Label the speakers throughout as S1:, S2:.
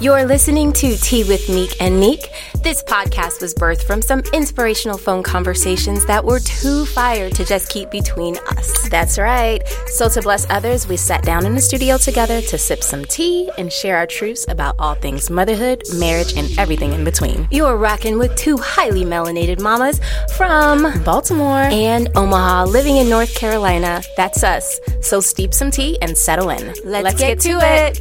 S1: You're listening to Tea with Meek and Meek. This podcast was birthed from some inspirational phone conversations that were too fire to just keep between us.
S2: That's right. So, to bless others, we sat down in the studio together to sip some tea and share our truths about all things motherhood, marriage, and everything in between.
S1: You're rocking with two highly melanated mamas from
S2: Baltimore.
S1: and Omaha, living in North Carolina.
S2: That's us. So, steep some tea and settle in. Let's,
S1: Let's, get, to it.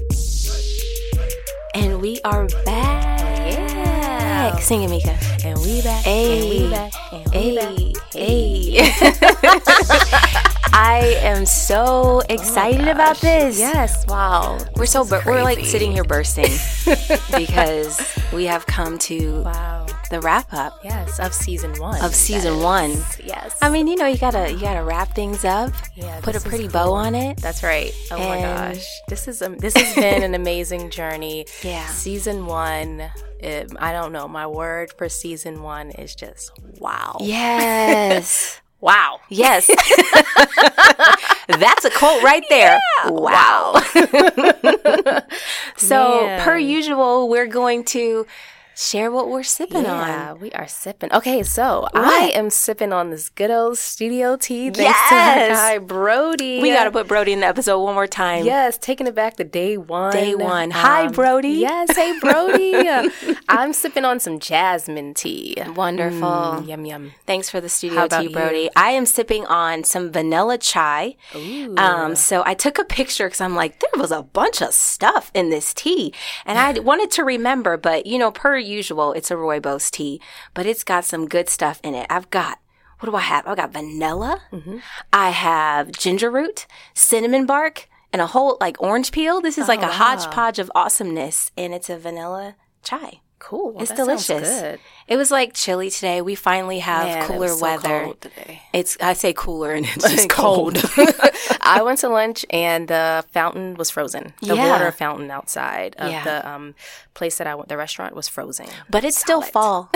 S1: And we are back.
S2: Yeah.
S1: Sing it, Mika.
S2: And we back. And
S1: Ayy.
S2: we back. And we back.
S1: Hey, hey. I am
S2: Oh
S1: so excited about this.
S2: Yes.
S1: Wow. We're so bur- we're like
S2: crazy.
S1: sitting here bursting because we have come to
S2: Wow.
S1: the wrap up
S2: Yes. Of season one.
S1: of season 1.
S2: Yes.
S1: I mean, you know, you got to you got to wrap things up.
S2: Yeah,
S1: put a
S2: this is
S1: pretty bow on it.
S2: That's right. Oh my
S1: And-
S2: gosh, this is um, this has been an amazing journey.
S1: Yeah.
S2: season one. It, I don't know. My word for season one is just wow.
S1: Yes.
S2: Wow.
S1: yes. That's a quote right there. Wow. so,
S2: Man.
S1: per usual, we're going to share what we're sipping on.
S2: Yeah, we are sipping. Okay, so I
S1: What?
S2: am sipping on this good old studio tea. Thanks to
S1: Yes.
S2: our guy Brody.
S1: We got to put Brody in the episode one more time.
S2: Yes, taking it back to day one.
S1: Mm-hmm.
S2: Um,
S1: Day one. Hi, Brody.
S2: Yes, hey, Brody. I'm sipping on some jasmine tea.
S1: Wonderful.
S2: Mm, yum, yum.
S1: Thanks for the
S2: How
S1: studio
S2: about
S1: tea, Brody. I am sipping on some vanilla chai. Um, so I took a picture because I'm like, there was a bunch of stuff in this tea, and I wanted to remember, but you know, per usual, it's a rooibos tea, but it's got some good stuff in it. I've got. What do I have? I've got vanilla.
S2: Mm. Mm-hmm.
S1: I have ginger root, cinnamon bark, and a whole like orange peel. This is like a hodgepodge of awesomeness, and it's a vanilla chai.
S2: Cool.
S1: It's
S2: that sounds
S1: delicious.
S2: good.
S1: It was like chilly today. We finally have
S2: Man, it
S1: cooler
S2: was so
S1: weather.
S2: cold today.
S1: It's I say cooler and it's just cold.
S2: cold. I went to lunch and the fountain was frozen. The
S1: Yeah.
S2: water fountain outside of
S1: Yeah.
S2: the um, place that I went, the restaurant was frozen.
S1: but it's still fall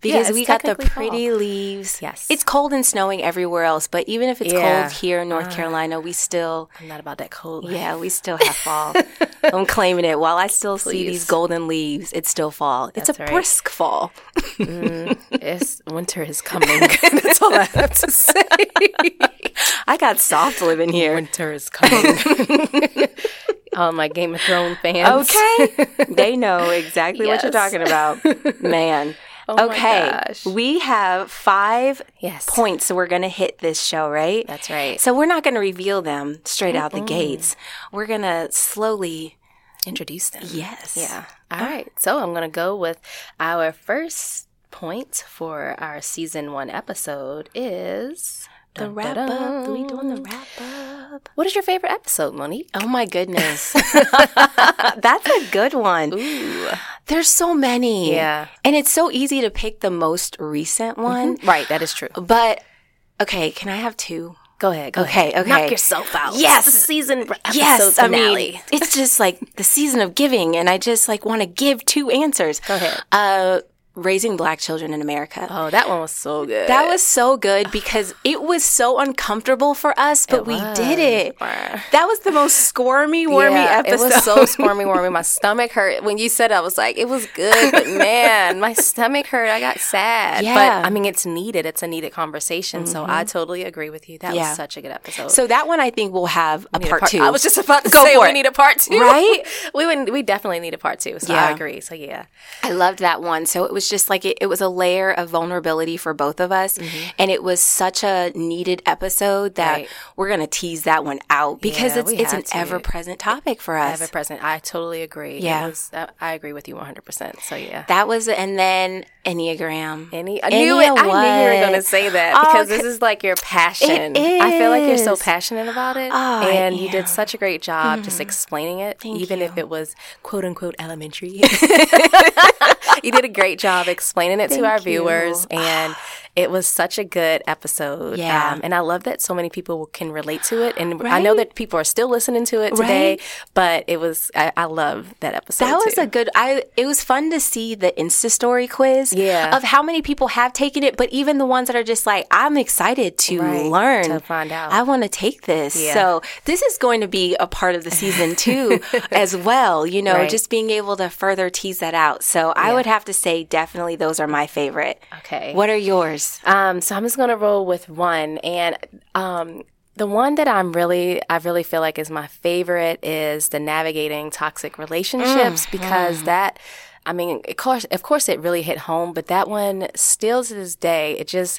S1: because
S2: it's
S1: we got the
S2: technically
S1: pretty leaves.
S2: Yes.
S1: It's cold and snowing everywhere else, but even if it's
S2: Yeah. Uh.
S1: cold here in North Carolina, we still
S2: I'm not about that cold.
S1: yeah, we still have fall. I'm claiming it. While I still see these golden leaves, it's still fall. it's
S2: That's
S1: a
S2: right.
S1: brisk fall.
S2: It's, winter is coming. That's all I have to say.
S1: I got soft living here.
S2: Winter is coming. All my Game of Thrones fans.
S1: Okay. they know exactly what you're
S2: Yes. Oh
S1: talking about. Man.
S2: my
S1: okay.
S2: gosh.
S1: We have five
S2: Yes.
S1: points we're going to hit this show, right?
S2: That's right.
S1: So we're not going to reveal them straight out the gates. We're going to slowly.
S2: Introduce them.
S1: Yes.
S2: Yeah. Ah, All right. So I'm going to go with our first point for our season one episode is
S1: The wrap up. We doing the wrap up.
S2: What is your favorite episode, Monique?
S1: Oh my goodness. Uh, That's a good one. There's so many.
S2: Yeah. Mm-hmm.
S1: And it's so easy to pick the most recent one.
S2: Right, that is true.
S1: But okay, can I have two?
S2: Go ahead. Go
S1: Okay,
S2: ahead.
S1: okay.
S2: Knock yourself out.
S1: Yes.
S2: It's the season episode
S1: Yes, I
S2: finale.
S1: mean, it's just like the season of giving, and I just like want to give two answers. Go
S2: ahead.
S1: Uh, raising black children in America.
S2: oh, that one was so good.
S1: That was so good because it was so uncomfortable for us, but we did it. That was the most squirmy, wormy
S2: Yeah,
S1: episode.
S2: It was so squirmy, warmy. My stomach hurt when you said. It, I was like, it was good, but man, my stomach hurt. I got sad.
S1: Yeah.
S2: But I mean, it's needed. It's a needed conversation. So I totally agree with you. That
S1: Yeah.
S2: was such a good episode.
S1: So that one I think will have a
S2: We need a
S1: part, two.
S2: I was just about to
S1: Go
S2: say
S1: for
S2: we
S1: it.
S2: need a part two,
S1: Right?
S2: we would. We definitely need a part two. So
S1: Yeah.
S2: I agree. So yeah,
S1: I loved that one. So it was just like it, it was a layer of vulnerability for both of us. And it was such a needed episode that
S2: Right.
S1: we're going to tease that one out because
S2: Yeah,
S1: it's,
S2: we
S1: it's
S2: had
S1: an
S2: to.
S1: ever present topic for us.
S2: have a present. I totally agree. It
S1: Yeah.
S2: was- I, I agree with you one hundred percent. So yeah.
S1: that was, and then Enneagram.
S2: Any, I knew it. I knew you were going to say that
S1: Oh,
S2: because
S1: c-
S2: this is like your passion. I feel like you're so passionate about it,
S1: I
S2: and you did such a great job just
S1: Mm-hmm.
S2: explaining it, even if it was quote unquote elementary. you did a great job explaining it to our
S1: you.
S2: viewers, and It was such a good episode. um,
S1: Yeah.
S2: and I love that so many people can relate to it. And I know
S1: Right?
S2: that people are still listening to it today,
S1: Right?
S2: but it was, I, I love that episode.
S1: That was
S2: too.
S1: a good. I it was fun to see the Insta story quiz.
S2: Yeah.
S1: Of how many people have taken it, but even the ones that are just like, I'm excited to
S2: Right,
S1: learn,
S2: to find out.
S1: I want to take this.
S2: Yeah.
S1: So this is going to be a part of the season two as well. You know,
S2: Right.
S1: just being able to further tease that out. So I would have to say, definitely those are my favorite.
S2: Okay.
S1: What are yours?
S2: Um, so I'm just gonna roll with one, and um, the one that I'm really, I really feel like is my favorite is the navigating toxic relationships because that. I mean, of course, of course, it really hit home, but that one still to this day, it just,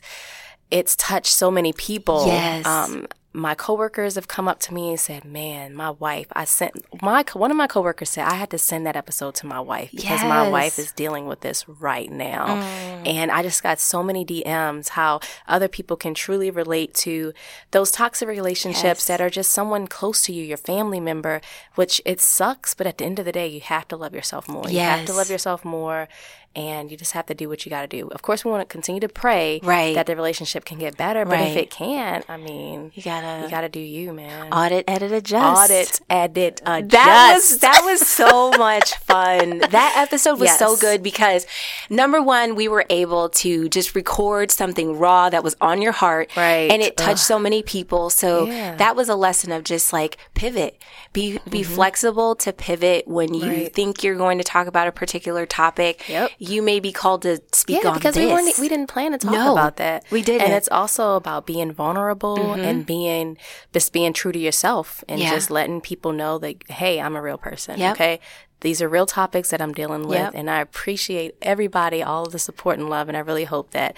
S2: it's touched so many people.
S1: Yes.
S2: Um, my coworkers have come up to me and said, "Man, my wife, I sent my co- one of my coworkers said I had to send that episode to my wife because my
S1: Yes.
S2: wife is dealing with this right now."
S1: Mm.
S2: And I just got so many DMs how other people can truly relate to those toxic relationships
S1: Yes.
S2: that are just someone close to you, your family member, which it sucks, but at the end of the day, you have to love yourself more. You have to
S1: Yes.
S2: love yourself more and you just have to do what you got to do. Of course, we want to continue to pray
S1: Right.
S2: that the relationship can get better, but if
S1: Right.
S2: it can, I mean,
S1: You gotta
S2: you got to do you, man.
S1: audit, edit, adjust.
S2: Audit, edit, adjust.
S1: That was that was so much fun. That episode was so
S2: Yes.
S1: good because number one, we were able to just record something raw that was on your heart,
S2: Right.
S1: And it touched so many people. So
S2: Yeah. Mm-hmm.
S1: that was a lesson of just like pivot, be be flexible to pivot when you
S2: Right.
S1: think you're going to talk about a particular topic.
S2: Yep.
S1: You may be called to speak
S2: yeah,
S1: on
S2: because
S1: this.
S2: we weren't e-, we didn't plan to talk
S1: No,
S2: about that.
S1: we didn't. Mm-hmm.
S2: and it's also about being vulnerable and being just being true to yourself and
S1: Yeah.
S2: just letting people know that hey, I'm a real person.
S1: Yep.
S2: Okay, these are real topics that I'm dealing with,
S1: Yep.
S2: and I appreciate everybody, all of the support and love, and I really hope that.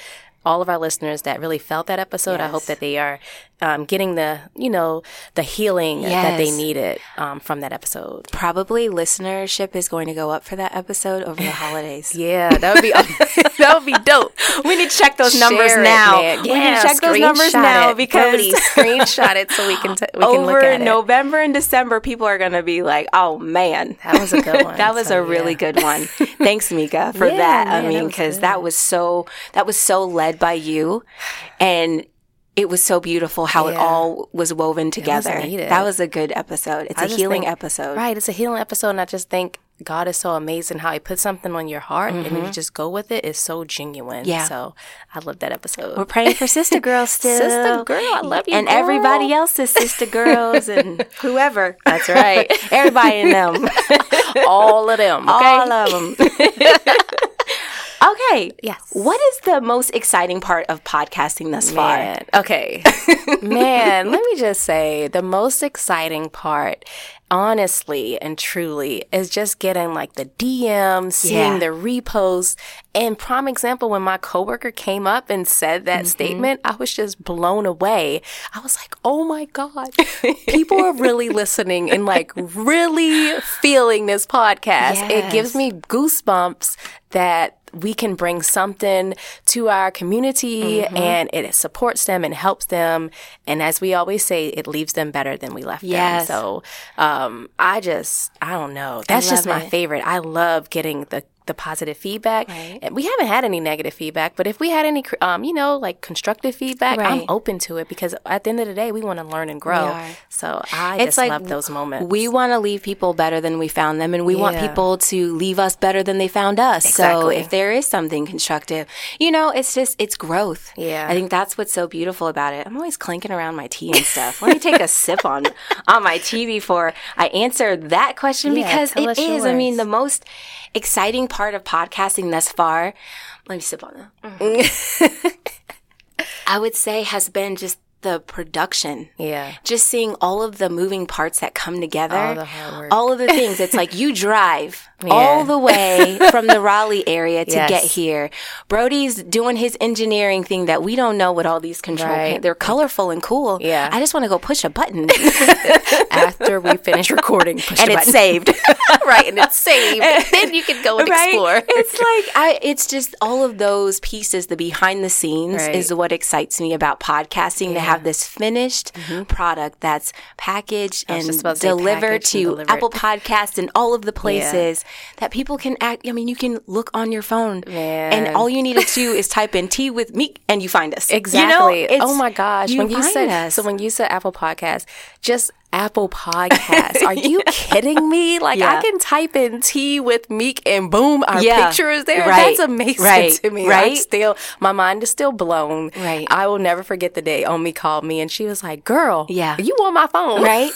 S2: All of our listeners that really felt that episode, I hope
S1: Yes.
S2: that they are um, getting the, you know, the healing that they
S1: Yes.
S2: needed um, from that episode.
S1: Probably listenership is going to go up for that episode over the holidays.
S2: Yeah, that would be that would be dope.
S1: We need to check those numbers
S2: Share it,
S1: now.
S2: man.
S1: we need
S2: Yeah,
S1: to check those numbers
S2: screenshot
S1: now
S2: it.
S1: because
S2: Brody, screenshot it so we can t- we can
S1: over
S2: look at it.
S1: November and December, people are going to be like, "Oh man,
S2: That was a good one.
S1: that was
S2: So,
S1: a really
S2: yeah.
S1: good one." Thanks, Mika, for
S2: Yeah,
S1: that.
S2: man,
S1: I
S2: that
S1: mean,
S2: was
S1: because
S2: good.
S1: that was so that was so led by you, and it was so beautiful how it
S2: Yeah.
S1: all was woven together.
S2: needed.
S1: that was a good episode. It's a
S2: just
S1: healing
S2: think-
S1: episode.
S2: Right, it's a healing episode, and I just think God is so amazing how He puts something on your heart and you just go with it. It's so genuine.
S1: Yeah.
S2: So I love that episode.
S1: We're praying for sister girls still.
S2: Sister girl, I love you,
S1: And
S2: girl.
S1: everybody else's sister girls and whoever.
S2: That's right.
S1: Everybody in them.
S2: All of them. Okay?
S1: All of them. okay.
S2: Yes.
S1: What is the most exciting part of podcasting thus far?
S2: Man, okay. Man, let me just say the most exciting part, honestly and truly, is just getting like the DMs, seeing
S1: Yeah.
S2: the reposts. And prime example, when my coworker came up and said that statement, I was just blown away. I was like, oh my God, people are really listening and like really feeling this podcast. It
S1: Yes.
S2: gives me goosebumps that we can bring something to our community
S1: Mm-hmm.
S2: and it supports them and helps them. And as we always say, it leaves them better than we left
S1: Yes.
S2: them. So um, I just, I don't know. That's just
S1: love
S2: my
S1: it.
S2: favorite. I love getting the the positive feedback.
S1: Right.
S2: And we haven't had any negative feedback, but if we had any, cr- um, you know, like constructive feedback, I'm
S1: Right.
S2: open to it because at the end of the day, we want to learn and grow.
S1: are.
S2: So I
S1: It's
S2: just
S1: like
S2: love those moments.
S1: We want to leave people better than we found them, and we want
S2: Yeah.
S1: people to leave us better than they found us. So
S2: Exactly.
S1: if there is something constructive, you know, it's just, it's growth.
S2: Yeah.
S1: I think that's what's so beautiful about it. I'm always clinking around my tea and stuff. Let me take a sip on, on my tea before I answer that question
S2: Yeah,
S1: because
S2: tell
S1: it
S2: us
S1: is, I mean,
S2: yours.
S1: the most exciting part of podcasting thus far. Let me sip on that.
S2: Mm-hmm.
S1: I would say has been just the production.
S2: yeah.
S1: Just seeing all of the moving parts that come together.
S2: All the hard work.
S1: All of the things. It's like you drive
S2: Yeah.
S1: all the way from the Raleigh area to
S2: Yes.
S1: get here. Brody's doing his engineering thing that we don't know what all these control
S2: Right.
S1: pan- They're colorful and cool.
S2: Yeah.
S1: I just want to go push a button
S2: After we finish recording, push
S1: and
S2: the
S1: it's
S2: button.
S1: saved.
S2: right, and it's saved. then you can go and
S1: right?
S2: explore.
S1: It's like I it's just all of those pieces, the behind the scenes
S2: Right.
S1: is what excites me about podcasting to have this finished product that's packaged
S2: Mm-hmm. was
S1: and
S2: just about to say
S1: delivered
S2: packaged
S1: to
S2: and delivered.
S1: Apple Podcasts and all of the places that people can act. I mean, you can look on your phone and
S2: Man.
S1: all you need to do is type in tea with meat and you find us. You know,
S2: Exactly.
S1: it's-
S2: oh my gosh.
S1: you
S2: when you
S1: find
S2: said
S1: us.
S2: so when you said Apple Podcast, just Apple Podcast. Are you kidding me? Like
S1: Yeah.
S2: I can type in tea with Meek and boom, our
S1: Yeah.
S2: picture is there.
S1: Right.
S2: That's amazing
S1: Right.
S2: to me. I'm
S1: Right.
S2: still my mind is still blown.
S1: Right.
S2: I will never forget the day Omi called me and she was like, Girl,
S1: Yeah.
S2: you on my phone.
S1: right?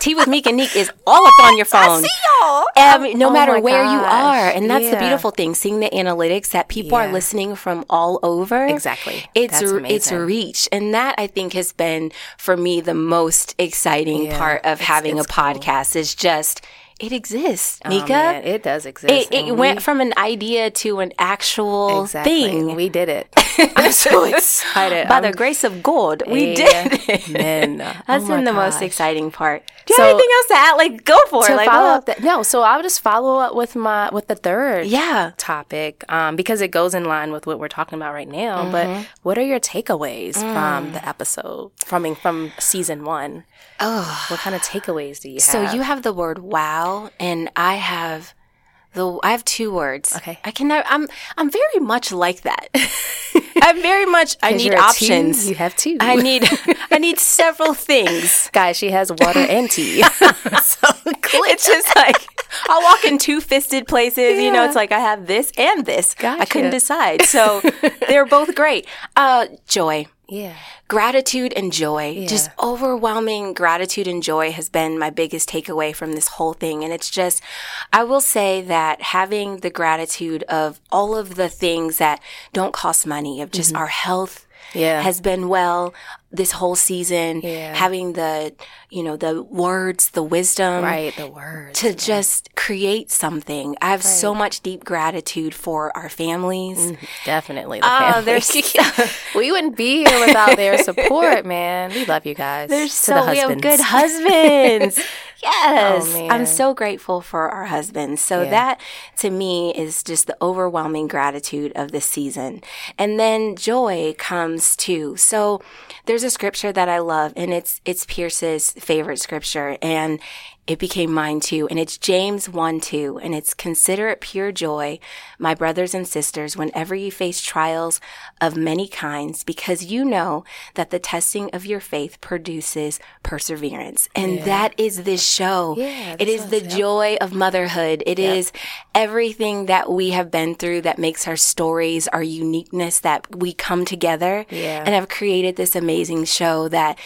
S1: Tea with Meek and Neek is all up on your phone.
S2: I see y'all.
S1: Um, no
S2: Oh
S1: matter
S2: my
S1: where you
S2: gosh.
S1: are. And that's the
S2: Yeah.
S1: beautiful thing, seeing the analytics that people are
S2: Yeah.
S1: listening from all over.
S2: Exactly.
S1: It's
S2: That's
S1: it's
S2: amazing.
S1: reach. And that I think has been for me the most exciting
S2: Yeah.
S1: part of
S2: It's-
S1: having
S2: it's
S1: a
S2: cool.
S1: podcast is just it exists.
S2: Oh,
S1: Nika.
S2: man, it does exist.
S1: It, it
S2: And
S1: went
S2: we-
S1: from an idea to an actual
S2: exactly.
S1: thing.
S2: We did it. I'm so excited. Um,
S1: By
S2: I'm
S1: the grace of God, we did it.
S2: Amen.
S1: That's
S2: Oh my
S1: been the most
S2: gosh.
S1: exciting part. Do you
S2: So-
S1: have anything else to add? Like, go for
S2: to
S1: it. Like,
S2: follow
S1: what-
S2: up that no so i would just follow up with my with the third
S1: Yeah.
S2: topic um, because it goes in line with what we're talking about right now
S1: Mm-hmm.
S2: but what are your takeaways
S1: Mm.
S2: from the episode from from season one oh what kind of takeaways do you have
S1: So you have the word wow, and I have the I have two words.
S2: Okay.
S1: I can. I'm I'm very much like that. I'm very much. I need
S2: you're a two,
S1: options.
S2: you have two
S1: I need. I need several things.
S2: guys she has water and tea so
S1: It's just like I'll walk in two fisted places. You know, it's like I have this and this. I couldn't
S2: Gotcha.
S1: decide. So they're both great. Uh, joy.
S2: yeah
S1: Gratitude and joy, just overwhelming gratitude and joy has been my biggest takeaway from this whole thing. And it's just, I will say that having the gratitude of all of the things that don't cost money, of just our health
S2: Mm-hmm. Yeah.
S1: has been well this whole season,
S2: Yeah.
S1: having the, you know, the words, the wisdom,
S2: right the words
S1: to just create something. I have so much deep gratitude for our families.
S2: Mm. definitely the
S1: Oh,
S2: family.
S1: there's
S2: we wouldn't be here without their support man we love you guys
S1: There's
S2: To
S1: so
S2: the
S1: we have
S2: husbands.
S1: good husbands. yes,
S2: Oh,
S1: I'm
S2: man.
S1: so grateful for our husbands. So that to me is just the overwhelming gratitude of this season. And then joy comes too. So there's a scripture that I love, and it's it's Pierce's favorite scripture, and it became mine too. And it's James 1 2, and it's consider it pure joy, my brothers and sisters, whenever you face trials of many kinds, because you know that the testing of your faith produces perseverance. And that is this show.
S2: Yeah,
S1: it
S2: that's
S1: is
S2: what
S1: the joy of motherhood. It is everything that we have been through that makes our stories, our uniqueness, that we come together
S2: Yeah.
S1: and have created this amazing show that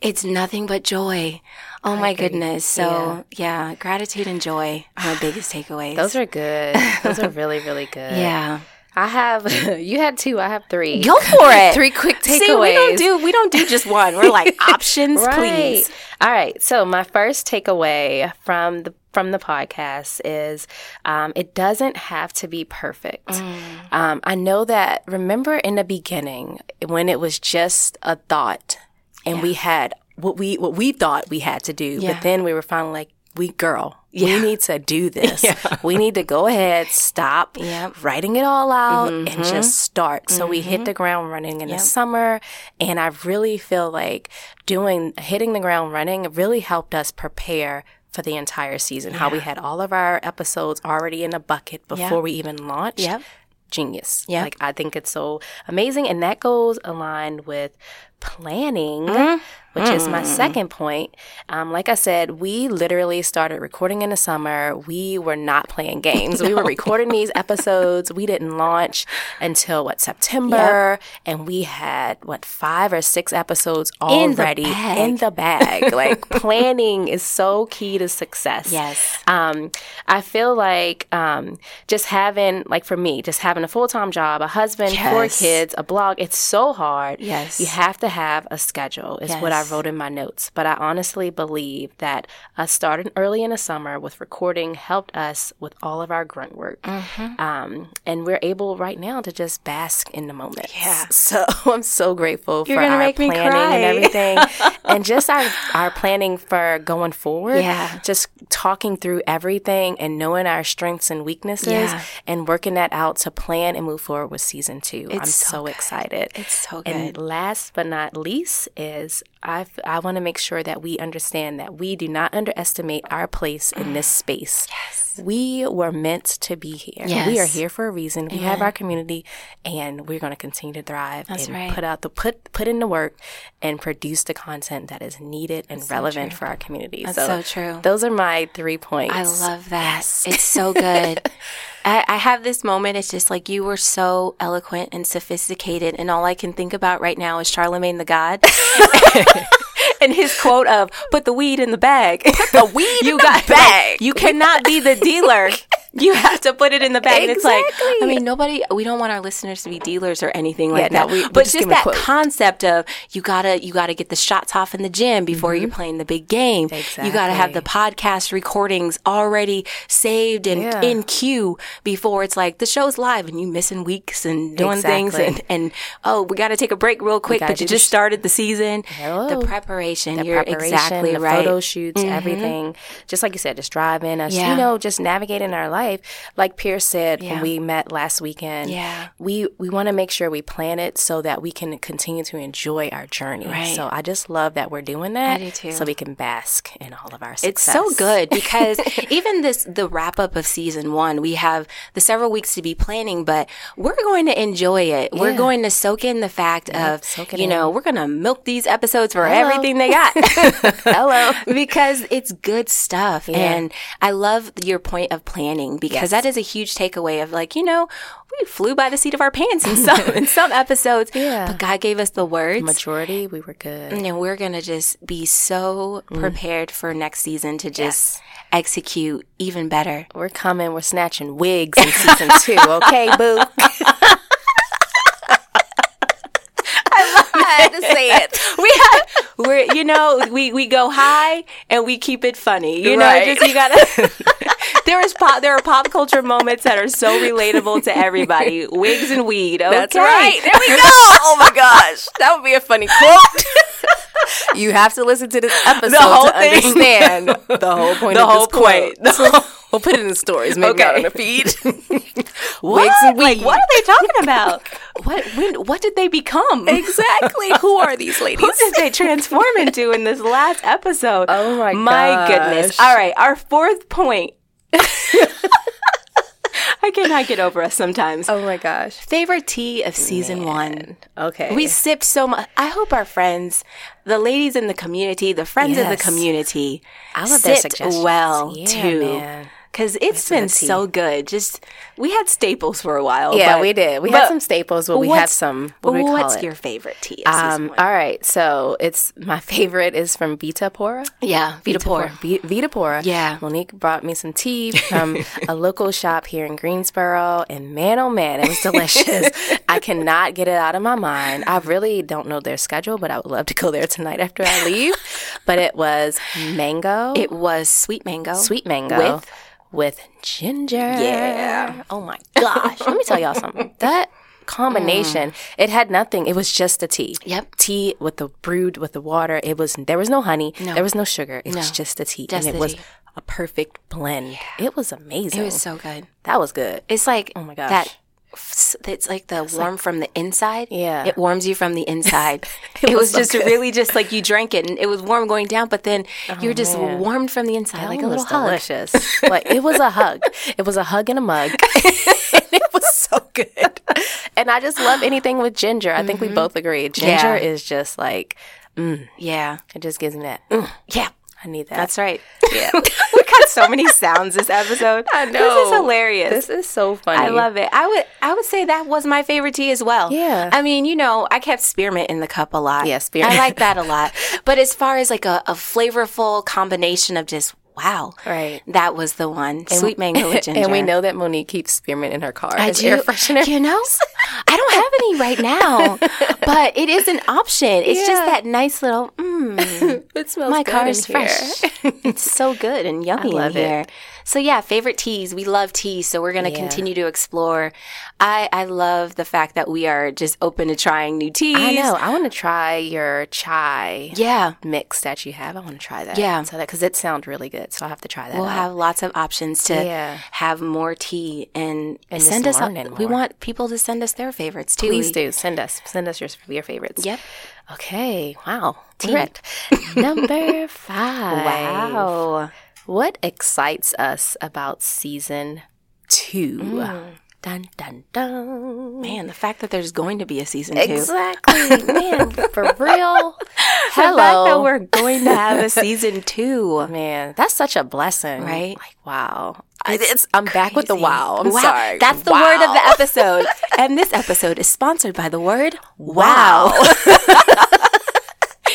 S1: it's nothing but joy. Oh my goodness. So yeah. gratitude and joy are my biggest takeaways.
S2: Those are good. Those are really, really good.
S1: yeah.
S2: I have, you had two, I have three.
S1: Go for it.
S2: Three quick takeaways.
S1: See, we don't do we don't do just one. We're like options,
S2: Right.
S1: please.
S2: All right. So my first takeaway from the from the podcast is um, it doesn't have to be perfect.
S1: Mm.
S2: Um, I know that. Remember in the beginning when it was just a thought, and we had what we what we thought we had to do,
S1: Yeah.
S2: but then we were finally like, "We girl, we need to do this. We need to go ahead, stop
S1: Yep.
S2: writing it all out, and just start." So we hit the ground running in the summer, and I really feel like doing hitting the ground running really helped us prepare. For the entire season, how we had all of our episodes already in a bucket before we even launched
S1: Yep.
S2: genius.
S1: Yeah.
S2: Like I think it's so amazing and that goes aligned with planning,
S1: Mm-hmm.
S2: which is my second point. Um, like I said, we literally started recording in the summer. We were not playing games. We were recording these episodes. We didn't launch until what September and we had what five or six episodes
S1: the
S2: already
S1: bag.
S2: in the bag. like planning is so key to success
S1: Yes.
S2: um, I feel like um, just having, like for me, just having a full time job, a husband, four
S1: Yes.
S2: kids, a blog, it's so hard.
S1: Yes.
S2: You have to have a schedule, is what I
S1: Yes.
S2: wrote in my notes. But I honestly believe that us starting early in the summer with recording helped us with all of our grunt work.
S1: Mm-hmm.
S2: Um, and we're able right now to just bask in the moment.
S1: Yeah.
S2: So I'm so grateful
S1: You're
S2: for
S1: gonna
S2: our
S1: make me
S2: planning and
S1: cry.
S2: everything. and just our our planning for going forward.
S1: Yeah.
S2: Just talking through everything and knowing our strengths and weaknesses
S1: Yeah.
S2: and working that out to plan and move forward with season two. I'm
S1: It's so
S2: so, excited.
S1: It's so
S2: And
S1: good.
S2: last but not least is I I want to make sure that we understand that we do not underestimate our place in this
S1: Mm.
S2: space. Yes. We were meant to be here. We are
S1: Yes.
S2: here for a reason. We have our community and we're going to continue to thrive
S1: That's
S2: and
S1: right.
S2: put out the put put in the work and produce the content that is needed and relevant for our community. That's
S1: so true.
S2: Those are my three points.
S1: I love that. It's so good. I, I have this moment. It's just like you were so eloquent and sophisticated, and all I can think about right now is Charlemagne the God and his quote of "Put the weed in the bag." Put the weed you in got, the
S2: bag.
S1: You cannot be the dealer. You have to put it in the bag. And it's like, I
S2: Exactly.
S1: mean, nobody, we don't want our listeners to be dealers or anything like
S2: no,
S1: that.
S2: we- we
S1: but
S2: just
S1: just
S2: give 'em a
S1: that
S2: quote.
S1: concept of you gotta, you gotta get the shots off in the gym before you're
S2: Mm-hmm.
S1: playing the big game. You gotta have the
S2: Exactly.
S1: podcast recordings already saved and
S2: Yeah.
S1: in queue before it's like the show's live and you missing weeks and doing things and,
S2: Exactly.
S1: and oh we got to take a break real quick
S2: gotta
S1: but you
S2: do the
S1: just
S2: sh-
S1: started the season
S2: Hello.
S1: the preparation
S2: the
S1: you're
S2: preparation,
S1: exactly
S2: the
S1: right Mm-hmm.
S2: photo shoots, everything. Just like you said, just driving us,
S1: Yeah.
S2: you know, just navigating our life. Like Pierce said
S1: Yeah.
S2: when we met last weekend,
S1: Yeah.
S2: we we want to make sure we plan it so that we can continue to enjoy our journey.
S1: Right.
S2: So I just love that we're doing that.
S1: I do too.
S2: So we can bask in all of our
S1: it's
S2: success.
S1: so good because even this the wrap up of season one we have the several weeks to be planning but we're going to enjoy it we're
S2: Yeah.
S1: going to soak in the fact
S2: soak
S1: of
S2: it
S1: you know we're going to milk these episodes for
S2: Hello.
S1: everything they got
S2: Hello.
S1: because it's good stuff. And I love your point of planning because
S2: Yes.
S1: that is a huge takeaway of like, you know, we flew by the seat of our pants in some in some episodes.
S2: Yeah.
S1: But God gave us the words.
S2: Majority, we were good.
S1: and we're gonna just be so prepared for next season to just execute even better.
S2: We're coming. We're snatching wigs in season two. Okay, boo. I had to say it.
S1: We have, we're you know we we go high and we keep it funny. You know,
S2: Right.
S1: just you gotta. there is pop. There are pop culture moments that are so relatable to everybody. Wigs and weed. Okay?
S2: That's right. There we go. oh my gosh. That would be a funny quote. you have to listen to this episode
S1: whole
S2: to
S1: thing.
S2: understand the whole point
S1: The
S2: of
S1: whole
S2: this
S1: point. The
S2: quote. we'll put it in the stories, maybe not
S1: Okay.
S2: on the feed.
S1: What?
S2: Wigs and
S1: Like,
S2: weed.
S1: what are they talking about? what when what did they become?
S2: exactly. Who are these ladies?
S1: What did they transform into in this last episode?
S2: Oh my
S1: My goodness.
S2: gosh.
S1: All right, our fourth point. I cannot get over us sometimes.
S2: Oh my gosh.
S1: Favorite tea of season one.
S2: Okay.
S1: We sipped so much. I hope our friends, the ladies in the community, the friends of the
S2: Yes.
S1: community, I
S2: love their suggestions.
S1: well
S2: Yeah,
S1: too.
S2: man.
S1: Because it's been so good. Just we had staples for a while.
S2: yeah,
S1: but-
S2: we did. We had
S1: but
S2: some staples, but we had
S1: what's-
S2: some. What do we call
S1: what's
S2: it?
S1: your favorite tea? Of season
S2: um,
S1: one?
S2: all right, so it's my favorite is from Vita Pora.
S1: yeah, Vita Pour.
S2: Vita Vitapora.
S1: Yeah.
S2: Monique brought me some tea from a local shop here in Greensboro, and man, oh man, it was delicious. I cannot get it out of my mind. I really don't know their schedule, but I would love to go there tonight after I leave. but it was mango,
S1: It was sweet mango.
S2: sweet mango.
S1: With?
S2: with ginger.
S1: Yeah.
S2: Oh my gosh. Let me tell y'all something. That combination, it had nothing. It was just the tea.
S1: Mm. Yep.
S2: Tea with the brewed with the water. It was there was no honey. There was no sugar. It was just the tea.
S1: Just
S2: and
S1: the
S2: it was
S1: tea.
S2: a perfect blend. It was amazing.
S1: It was so good.
S2: that was good.
S1: It's like oh
S2: my gosh.
S1: that. f- It's like the warm from the inside.
S2: Yeah.
S1: it warms you from the inside. it, was,
S2: was so
S1: just
S2: good.
S1: really just like you drank it, and it was warm going down, but then you were just
S2: man.
S1: warmed from the inside, Oh, like a
S2: It
S1: little
S2: was
S1: hug.
S2: delicious. like it was a hug. It was a hug and a mug. it was so good. And I just love anything with ginger. I think we both agree. Ginger
S1: Mm-hmm. Yeah.
S2: is just like
S1: Yeah,
S2: it just gives me that. "Mm,
S1: yeah,
S2: I need that.
S1: that's right.
S2: Yeah.
S1: we got so many sounds this episode. I this is
S2: know.
S1: hilarious.
S2: This is so funny.
S1: I love it. I would I would say that was my favorite tea as well.
S2: Yeah.
S1: I mean, you know, I kept spearmint in the cup a lot.
S2: Yeah, spearmint.
S1: I like that a lot. But as far as like a, a flavorful combination of just wow.
S2: Right.
S1: That was the one. Sweet mango with ginger.
S2: And we know that Monique keeps spearmint in her car.
S1: I
S2: as
S1: do.
S2: air freshener.
S1: You know, I don't have any right now, but it is an option. It's just
S2: Yeah.
S1: that nice little, mm,
S2: It smells
S1: My
S2: good
S1: car
S2: in
S1: is
S2: here.
S1: fresh. it's so good and yummy
S2: love
S1: in here. So yeah, favorite teas. We love tea, so we're gonna
S2: Yeah.
S1: continue to explore. I I love the fact that we are just open to trying new teas.
S2: I know. I want to try your chai
S1: Yeah.
S2: mix that you have. I want to try that.
S1: Yeah.
S2: So that because it sounds really good. So I'll have to try that.
S1: We'll
S2: out.
S1: have lots of options to
S2: Yeah.
S1: have more tea and,
S2: And just
S1: send us.
S2: learn it
S1: We
S2: more.
S1: want people to send us their favorites too.
S2: Please
S1: We-
S2: do send us send us your your favorites.
S1: Yep.
S2: Okay. Wow. Correct. Number five.
S1: Wow.
S2: What excites us about season two? Dun dun dun.
S1: Man, the fact that there's going to be a season two.
S2: Exactly, man. For real.
S1: The fact that
S2: Hello,
S1: we're going to have a season two.
S2: man. That's such a blessing,
S1: Right?
S2: Like, wow. I- It's, I'm back with the wow. I'm
S1: wow.
S2: sorry.
S1: That's the word of the episode. and this episode is sponsored by the word wow.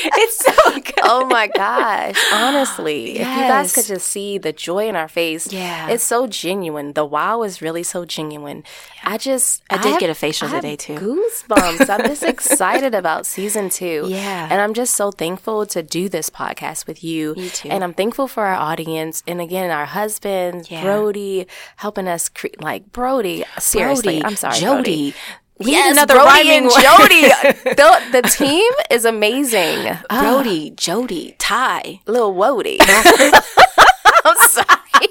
S1: it's so good.
S2: oh my gosh. Honestly, if you guys
S1: Yes.
S2: could just see the joy in our face,
S1: Yeah.
S2: it's so genuine. The wow is really so genuine. I just,
S1: I did
S2: have-
S1: get a facial
S2: I have
S1: today, too.
S2: Goosebumps. I'm just excited about season two.
S1: Yeah.
S2: And I'm just so thankful to do this podcast with you.
S1: Me too.
S2: And I'm thankful for our audience. And again, our husband,
S1: Yeah.
S2: Brody, helping us create, like, Brody, seriously.
S1: Brody,
S2: I'm sorry, Brody.
S1: Jody. We need
S2: Yes,
S1: another
S2: Brody
S1: rhyming
S2: and
S1: word.
S2: Jody. the, the team is amazing.
S1: Brody, Jody, Ty.
S2: Little Wody. I'm sorry.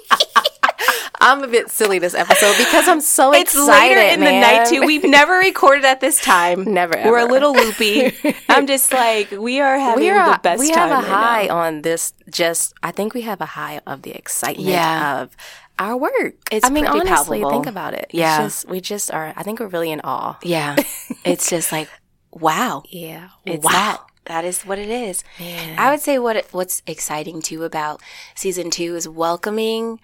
S2: I'm a bit silly this episode because I'm so
S1: It's
S2: excited.
S1: later in
S2: man.
S1: the night too. We've never recorded at this time.
S2: Never,
S1: We're a
S2: ever.
S1: little loopy. I'm just like we are having
S2: We are
S1: the best
S2: we
S1: time.
S2: have a
S1: right now.
S2: high on this. Just I think we have a high of the excitement
S1: Yeah.
S2: of our work.
S1: It's
S2: I mean,
S1: pretty
S2: honestly,
S1: palpable.
S2: think about it. It's
S1: Yeah.
S2: just- we just are. I think we're really in awe.
S1: Yeah, it's just like wow.
S2: Yeah,
S1: It's
S2: wow.
S1: that. That is what it is. I would say what it, what's exciting too about season two is welcoming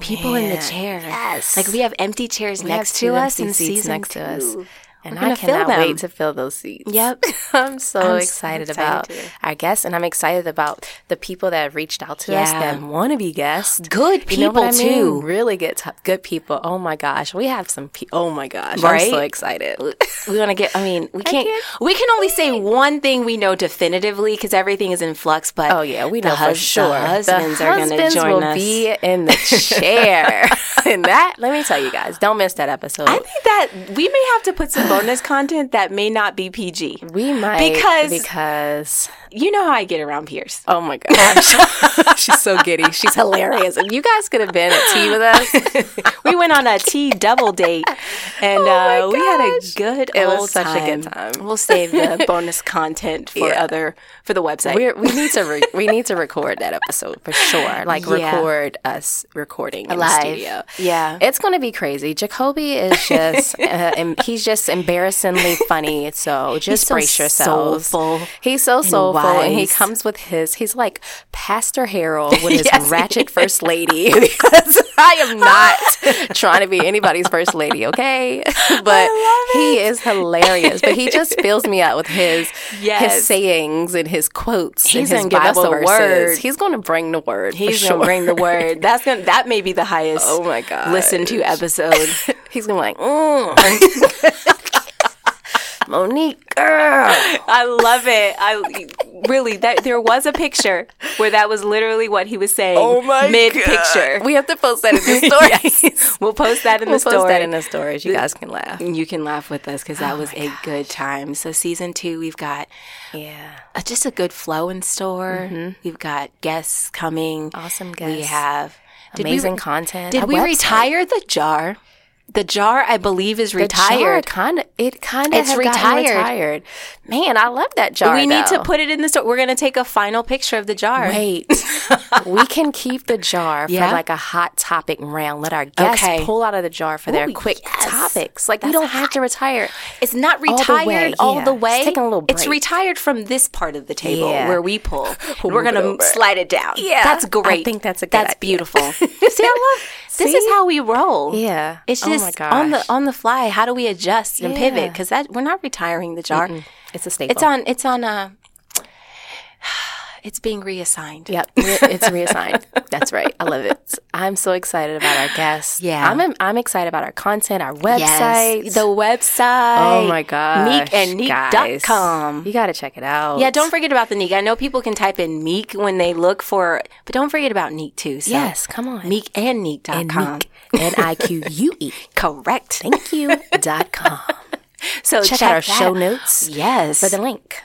S1: people in the
S2: Man,
S1: chair.
S2: yes.
S1: like we have empty chairs
S2: have
S1: next
S2: two
S1: to us
S2: empty
S1: in
S2: seats
S1: season
S2: next
S1: two.
S2: to us. And
S1: We're
S2: I
S1: gonna fill
S2: cannot
S1: them.
S2: wait to fill those seats.
S1: Yep.
S2: I'm so
S1: so
S2: excited,
S1: excited
S2: about
S1: too.
S2: our guests, and I'm excited about the people that have reached out to us
S1: Yeah.
S2: that want to be guests.
S1: Good people
S2: You know what I mean?
S1: too.
S2: Really good, t- good people. Oh my gosh, we have some. Pe- oh my gosh, I'm
S1: Right?
S2: so excited.
S1: We want to get. I mean, we can't,
S2: can't
S1: We can only say one thing we know definitively because everything is in flux. But
S2: Oh yeah, we
S1: the
S2: know for
S1: hus-
S2: sure.
S1: The husbands
S2: the
S1: are going to
S2: husbands
S1: join
S2: will
S1: us.
S2: be in the chair. and that, let me tell you guys, don't miss that episode.
S1: I think that we may have to put some bonus content that may not be PG.
S2: we might
S1: Because-
S2: because
S1: You know how I get around peers.
S2: Oh my gosh. She's so giddy. She's hilarious. If you guys could have been at tea with us,
S1: we went on a tea double date, and
S2: my
S1: uh, we had a
S2: gosh.
S1: good
S2: It was
S1: old
S2: such a
S1: time.
S2: good time.
S1: We'll save the bonus content for
S2: Yeah.
S1: other for the website.
S2: We're, we need to re- we need to record that episode for sure. Like
S1: Yeah.
S2: record us recording in
S1: Live.
S2: the studio.
S1: Yeah.
S2: It's going to be crazy. Jacoby is just uh, em- he's just embarrassingly funny. So just
S1: so
S2: brace yourselves.
S1: soulful
S2: He's so soulful, and he
S1: wise.
S2: comes with his. He's like Pastor Harold with his
S1: Yes.
S2: ratchet first lady. because I am not trying to be anybody's first lady, okay? But he is hilarious. But he just fills me out with his his
S1: Yes.
S2: sayings and his quotes. and
S1: He's
S2: his
S1: gonna give us
S2: Bible
S1: a
S2: verses.
S1: word.
S2: He's going to bring the word.
S1: He's
S2: for
S1: gonna
S2: sure.
S1: bring the word. That's gonna that may be the highest.
S2: Oh my god!
S1: Listen to episode.
S2: He's gonna be like, mm. Monique, girl.
S1: I love it. I really that there was a picture where that was literally what he was saying. mid picture.
S2: We have to post that in the stories.
S1: We'll post that in
S2: We'll
S1: the story. Oh
S2: post that in the stories. You guys can laugh.
S1: you can laugh with us because that was a good time. So season two, we've got
S2: Yeah.
S1: uh, just a good flow in store. We've got guests coming.
S2: Awesome
S1: We
S2: guests.
S1: have did we-
S2: Amazing content.
S1: Did
S2: Our
S1: we
S2: website.
S1: retire the jar? The jar, I believe, is
S2: The jar
S1: retired.
S2: Kinda, it kind of
S1: It's
S2: has
S1: retired.
S2: retired. retired. Man, I love that jar.
S1: we need to
S2: though.
S1: put it in the store. We're going to take a final picture of the jar.
S2: Wait, we can keep the jar
S1: Yeah?
S2: for like a hot topic round. Let our guests
S1: Okay.
S2: pull out of the jar for their
S1: Ooh,
S2: quick
S1: yes.
S2: topics. Like we don't have to retire.
S1: It's not
S2: the
S1: retired all the way.
S2: way, yeah. It's taking a little
S1: It's
S2: break.
S1: retired from this part of the table
S2: Yeah.
S1: where we pull. And we're
S2: Move it
S1: going
S2: over.
S1: to slide it down.
S2: Yeah.
S1: That's great.
S2: I think that's a good
S1: That's
S2: idea.
S1: beautiful. See, I love This is
S2: See?
S1: how we roll.
S2: Yeah.
S1: It's
S2: Oh my
S1: just on the
S2: gosh.
S1: on the fly. How do we adjust and
S2: Yeah.
S1: pivot? Because that we're not retiring the jar.
S2: It's a staple.
S1: It's on. It's on. Uh, It's being reassigned.
S2: Yep, re- it's reassigned. That's right. I love it. I'm so excited about our guests.
S1: Yeah.
S2: I'm I'm excited about our content, our
S1: Yes.
S2: website.
S1: The website.
S2: oh my gosh,
S1: Neek and
S2: guys.
S1: Neek.com.
S2: You got to check it out.
S1: Yeah, don't forget about the Neek. I know people can type in Meek when they look for, but don't forget about Neek too. So
S2: Yes, come on.
S1: Meek and Neek.com.
S2: and Neek. N i q u e.
S1: Correct.
S2: Thank you. dot com.
S1: so
S2: Check,
S1: check,
S2: out our
S1: that
S2: show notes
S1: Yes.
S2: for the link.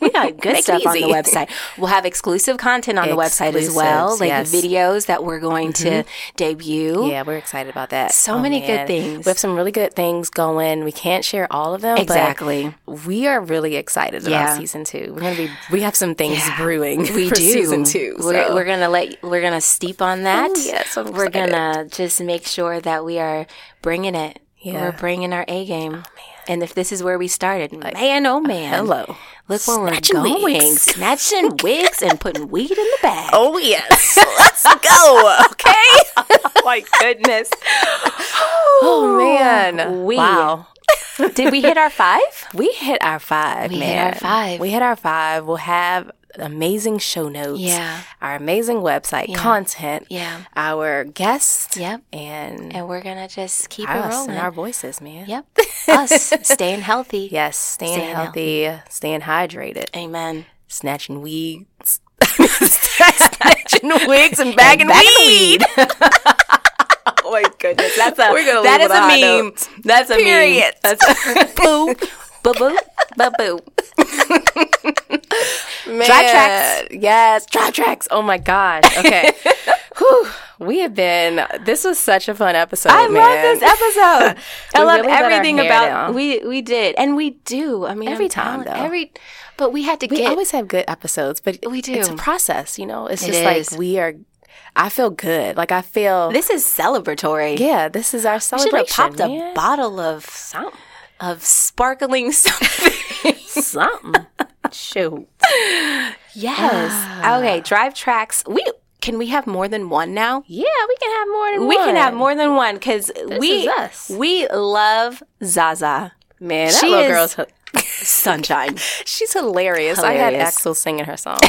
S1: we got good
S2: Make it
S1: stuff on the
S2: easy.
S1: website. We'll have exclusive content on the website as well,
S2: Exclusives,
S1: like
S2: yes. Mm-hmm.
S1: videos that we're going to debut.
S2: Yeah, we're excited about that. Oh,
S1: So many good things.
S2: We have some really good things going. We can't share all of them. but
S1: Exactly.
S2: we are really excited
S1: Yeah.
S2: about season two. We're gonna be. We have some things brewing.
S1: We
S2: for
S1: do
S2: season 2
S1: We're,
S2: so.
S1: we're gonna let we're gonna steep on that.
S2: Ooh, yes, I'm
S1: we're
S2: excited.
S1: gonna just make sure that we are bringing it.
S2: Yeah. Oh,
S1: We're bringing our A game. And if this is where we started, man, oh man,
S2: hello.
S1: look where we're
S2: Snatching
S1: going,
S2: wigs.
S1: snatching wigs and putting weed in the bag.
S2: Oh yes, let's go. Okay.
S1: my goodness!
S2: Oh man.
S1: We-
S2: Wow.
S1: Did we hit our five?
S2: We hit our five.
S1: We hit
S2: man.
S1: our five.
S2: We hit our five. We'll have amazing show notes.
S1: Yeah.
S2: Our amazing website content.
S1: Yeah.
S2: Our guests.
S1: Yep.
S2: And,
S1: And we're gonna just keep it
S2: us
S1: rolling.
S2: and our voices, man.
S1: yep, us staying healthy.
S2: Yes. Staying,
S1: Staying
S2: healthy, Staying hydrated.
S1: Amen.
S2: Snatching weeds. snatching wigs and bagging,
S1: bagging
S2: weed.
S1: Oh my goodness, that's a
S2: We're gonna
S1: that
S2: leave
S1: is a
S2: it on
S1: meme. That's a
S2: Period.
S1: meme. That's a boo, boo, boo, boo, boo.
S2: Dry tracks. Yes, dry tracks. Oh my gosh. Okay. Whew. We have been, this was such a fun episode.
S1: I
S2: man.
S1: love this episode. I
S2: We
S1: love
S2: really let our
S1: everything
S2: hair
S1: about
S2: down.
S1: we we did and we do. I mean,
S2: Every
S1: I'm
S2: time,
S1: telling-
S2: though.
S1: Every but we had to
S2: We
S1: get
S2: always have good episodes, but
S1: We do.
S2: It's a process, you know. It's
S1: It
S2: just
S1: is.
S2: like we are. I feel good. Like I feel.
S1: this is celebratory.
S2: yeah, this is our
S1: Should
S2: celebration.
S1: have popped a
S2: man.
S1: bottle of
S2: something.
S1: of sparkling something.
S2: something. Shoot.
S1: yes. Okay. Drive tracks. We can we have more than one now?
S2: Yeah, we can have more than
S1: We can have more than one because we
S2: is us.
S1: we love Zaza
S2: Man, that
S1: She
S2: little
S1: is-
S2: girl's. hi-
S1: Sunshine.
S2: She's hilarious. I had
S1: Hilarious.
S2: Axel singing her song.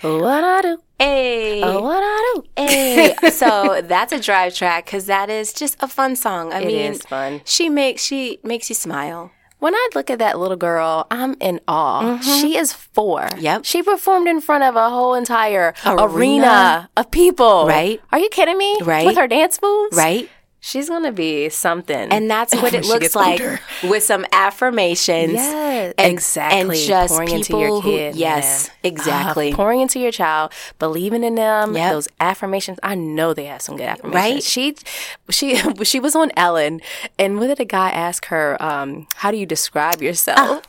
S2: what I do? oh,
S1: hey.
S2: What I do?
S1: Hey, so that's a drive track because that is just a fun song. I
S2: It
S1: mean,
S2: is fun.
S1: She makes she makes you smile.
S2: When I look at that little girl, I'm in awe. She is four.
S1: Yep.
S2: She performed in front of a whole entire arena,
S1: Arena.
S2: of people.
S1: Right.
S2: Are you kidding me?
S1: Right.
S2: With her dance moves?
S1: Right?
S2: She's going to be something.
S1: And that's what it
S2: Mm-hmm. She
S1: looks
S2: gets
S1: like
S2: older.
S1: with some affirmations.
S2: Yes,
S1: and-
S2: exactly.
S1: And just
S2: pouring into
S1: people
S2: your
S1: who-
S2: kid.
S1: yes,
S2: man.
S1: exactly.
S2: Ah, pouring into your child, believing in them.
S1: Yep.
S2: Those affirmations. I know they have some good affirmations.
S1: Right?
S2: She, she, she was on Ellen, and what did a guy ask her? Um, how do you describe yourself?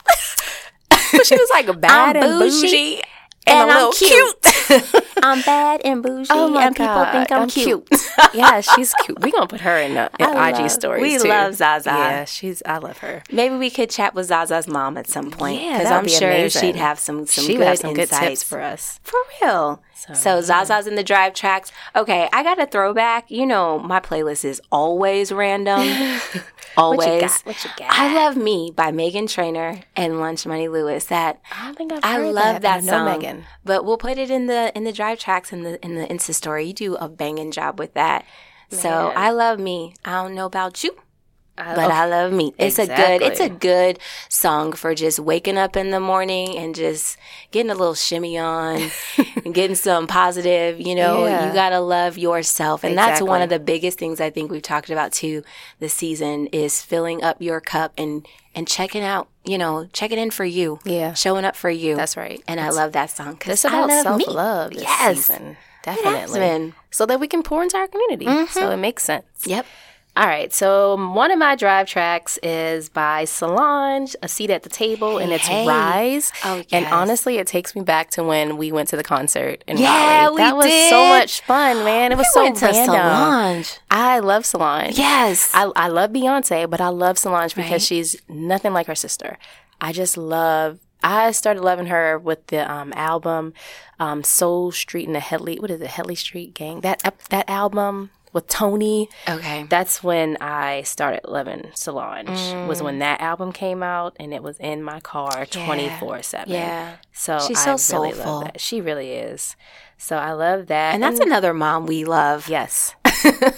S2: she was like bad
S1: Uh-huh. I'm
S2: and
S1: bougie
S2: bougie.
S1: and
S2: a
S1: I'm
S2: little
S1: cute." I'm bad and bougie, and people think I'm, cute.
S2: yeah, she's cute. We're gonna put her in, the, in
S1: I
S2: IG
S1: love-
S2: stories.
S1: we
S2: too.
S1: love Zaza.
S2: Yeah, she's. I love her.
S1: Maybe we could chat with Zaza's mom at some point
S2: Yeah,
S1: because
S2: that would
S1: I'm
S2: be
S1: sure
S2: amazing.
S1: she'd have some some
S2: she
S1: good
S2: would have some
S1: insights
S2: good tips for us.
S1: For real. So, Zaza's in the drive tracks. Okay, I got a throwback. You know, my playlist is always random. always.
S2: What you got? What you got?
S1: I Love Me by Megan Trainor and Lunch Money Lewis. That
S2: I don't think I've
S1: I
S2: heard
S1: love
S2: but I
S1: that
S2: know
S1: song.
S2: Megan.
S1: But we'll put it in the in the drive tracks in the in the Insta story. You do a banging job with that. So
S2: Man.
S1: I love me. I don't know about you,
S2: I,
S1: but I love me. It's a good it's a
S2: Exactly.
S1: good song for just waking up in the morning and just getting a little shimmy on and getting some positive, you know,
S2: Yeah.
S1: you got to love yourself. And that's one
S2: Exactly.
S1: of the biggest things I think we've talked about too this season is filling up your cup and and checking out, you know, checking in for you.
S2: Yeah.
S1: Showing up for you.
S2: That's right.
S1: And I love that song
S2: It's
S1: because I
S2: about
S1: love
S2: self
S1: me.
S2: love.
S1: Yes.
S2: season.
S1: has
S2: definitely.
S1: been. Mm-hmm.
S2: So that we can pour into our community. So it makes sense.
S1: Yep.
S2: All right, so one of my drive tracks is by Solange, A Seat at the Table, and it's
S1: Hey.
S2: Rise.
S1: Oh,
S2: And
S1: yes.
S2: honestly, it takes me back to when we went to the concert in
S1: Yeah,
S2: Raleigh.
S1: we
S2: that was so
S1: did.
S2: much fun, man. It was so
S1: went to
S2: random.
S1: Solange.
S2: I love Solange.
S1: Yes.
S2: I, I love Beyonce, but I love Solange because
S1: Right.
S2: she's nothing like her sister. I just love. I started loving her with the um, album um, Soul Street and the Headley. What is it? Headley Street Gang. That that album. with Tony.
S1: Okay.
S2: That's when I started loving Solange. Was
S1: Mm.
S2: when that album came out, and it was in my car twenty four seven.
S1: Yeah.
S2: So
S1: She's
S2: I
S1: so
S2: really
S1: soulful.
S2: Love that. She really is. So I love that.
S1: And that's another mom we love.
S2: yes.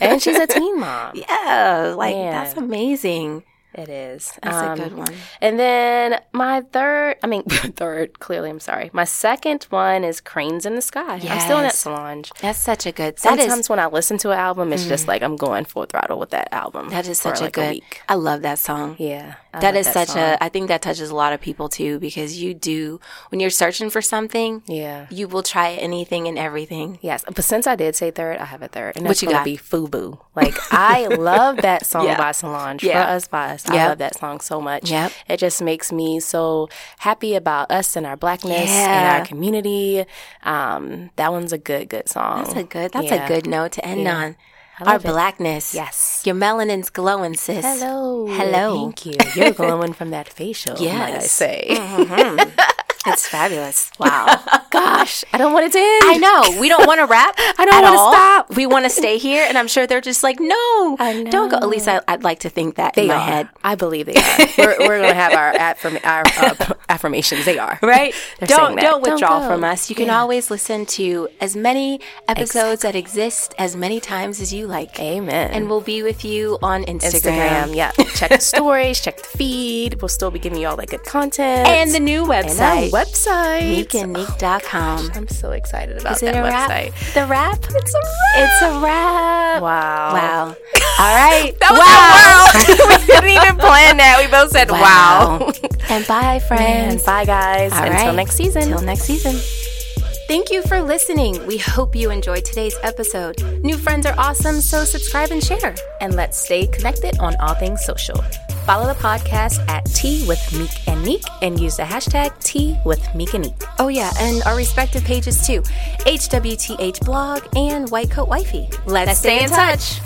S2: and she's a teen mom.
S1: Yeah, like
S2: Man.
S1: that's amazing.
S2: It is.
S1: That's
S2: Um,
S1: a good one.
S2: And then my third, I mean, third, clearly, I'm sorry. My second one is Cranes in the Sky. I'm still in that
S1: Yes.
S2: Solange.
S1: That's such a good. That is Mm.
S2: Sometimes when I listen to an album, it's just like I'm going full throttle with that album.
S1: that is
S2: for,
S1: such a
S2: like,
S1: good.
S2: week.
S1: I love that song.
S2: Yeah. I
S1: That
S2: love
S1: is such
S2: song.
S1: a. I think that touches a lot of people too because you do when you're searching for something,
S2: Yeah.
S1: you will try anything and everything.
S2: Yes, but since I did say third, I have a third, and
S1: What
S2: that's
S1: you
S2: gonna
S1: got?
S2: be Fubu. Like I love that song
S1: Yeah.
S2: by Solange.
S1: Yeah.
S2: For us, by us, I
S1: Yep.
S2: love that song so much.
S1: Yep.
S2: It just makes me so happy about us and our blackness and
S1: Yeah.
S2: our community. Um, that one's a good, good song.
S1: That's a good. That's
S2: Yeah.
S1: a good note to end on. Our
S2: love it.
S1: blackness.
S2: Yes.
S1: Your melanin's glowing, sis.
S2: Hello.
S1: Hello.
S2: Thank you. You're glowing from that facial. Might I
S1: Yes. Uh-huh.
S2: say.
S1: It's fabulous. Wow.
S2: Gosh, I don't want it to end.
S1: I know. We don't want to wrap. I
S2: don't wanna stop.
S1: We want to stay here, and I'm sure they're just like, no,
S2: I
S1: don't go. At least I, I'd like to think that in my
S2: are.
S1: head.
S2: I believe they are. we're we're going to have our, affirm- our uh, affirmations. They are.
S1: Right?
S2: They're saying
S1: don't
S2: that.
S1: don't withdraw
S2: go.
S1: from us. You can always listen to as many episodes that exist as many times as you like.
S2: Amen.
S1: And we'll be with you on Instagram,
S2: Instagram. Yeah. Check the stories, check the feed. We'll still be giving you all that good content.
S1: and the new
S2: And our
S1: website,
S2: website.
S1: meekandmeek.com.
S2: I'm so excited about
S1: Is
S2: that
S1: it a wrap?
S2: website.
S1: The wrap? It's
S2: a wrap.
S1: It's a wrap.
S2: Oh, Wow.
S1: Wow. All right.
S2: That was wow. we didn't even plan that. We both said wow.
S1: and bye, friends.
S2: and bye, guys.
S1: All
S2: Until
S1: right.
S2: next season.
S1: Till next season. Thank you for listening. We hope you enjoyed today's episode. New friends are awesome, so subscribe and share.
S2: and let's stay connected on all things social. Follow the podcast at Tea with Meek and Neek and use the hashtag Tea with Meek and Neek.
S1: Oh, yeah, and our respective pages too HWTH blog and White Coat Wifey.
S2: Let's, stay, in touch.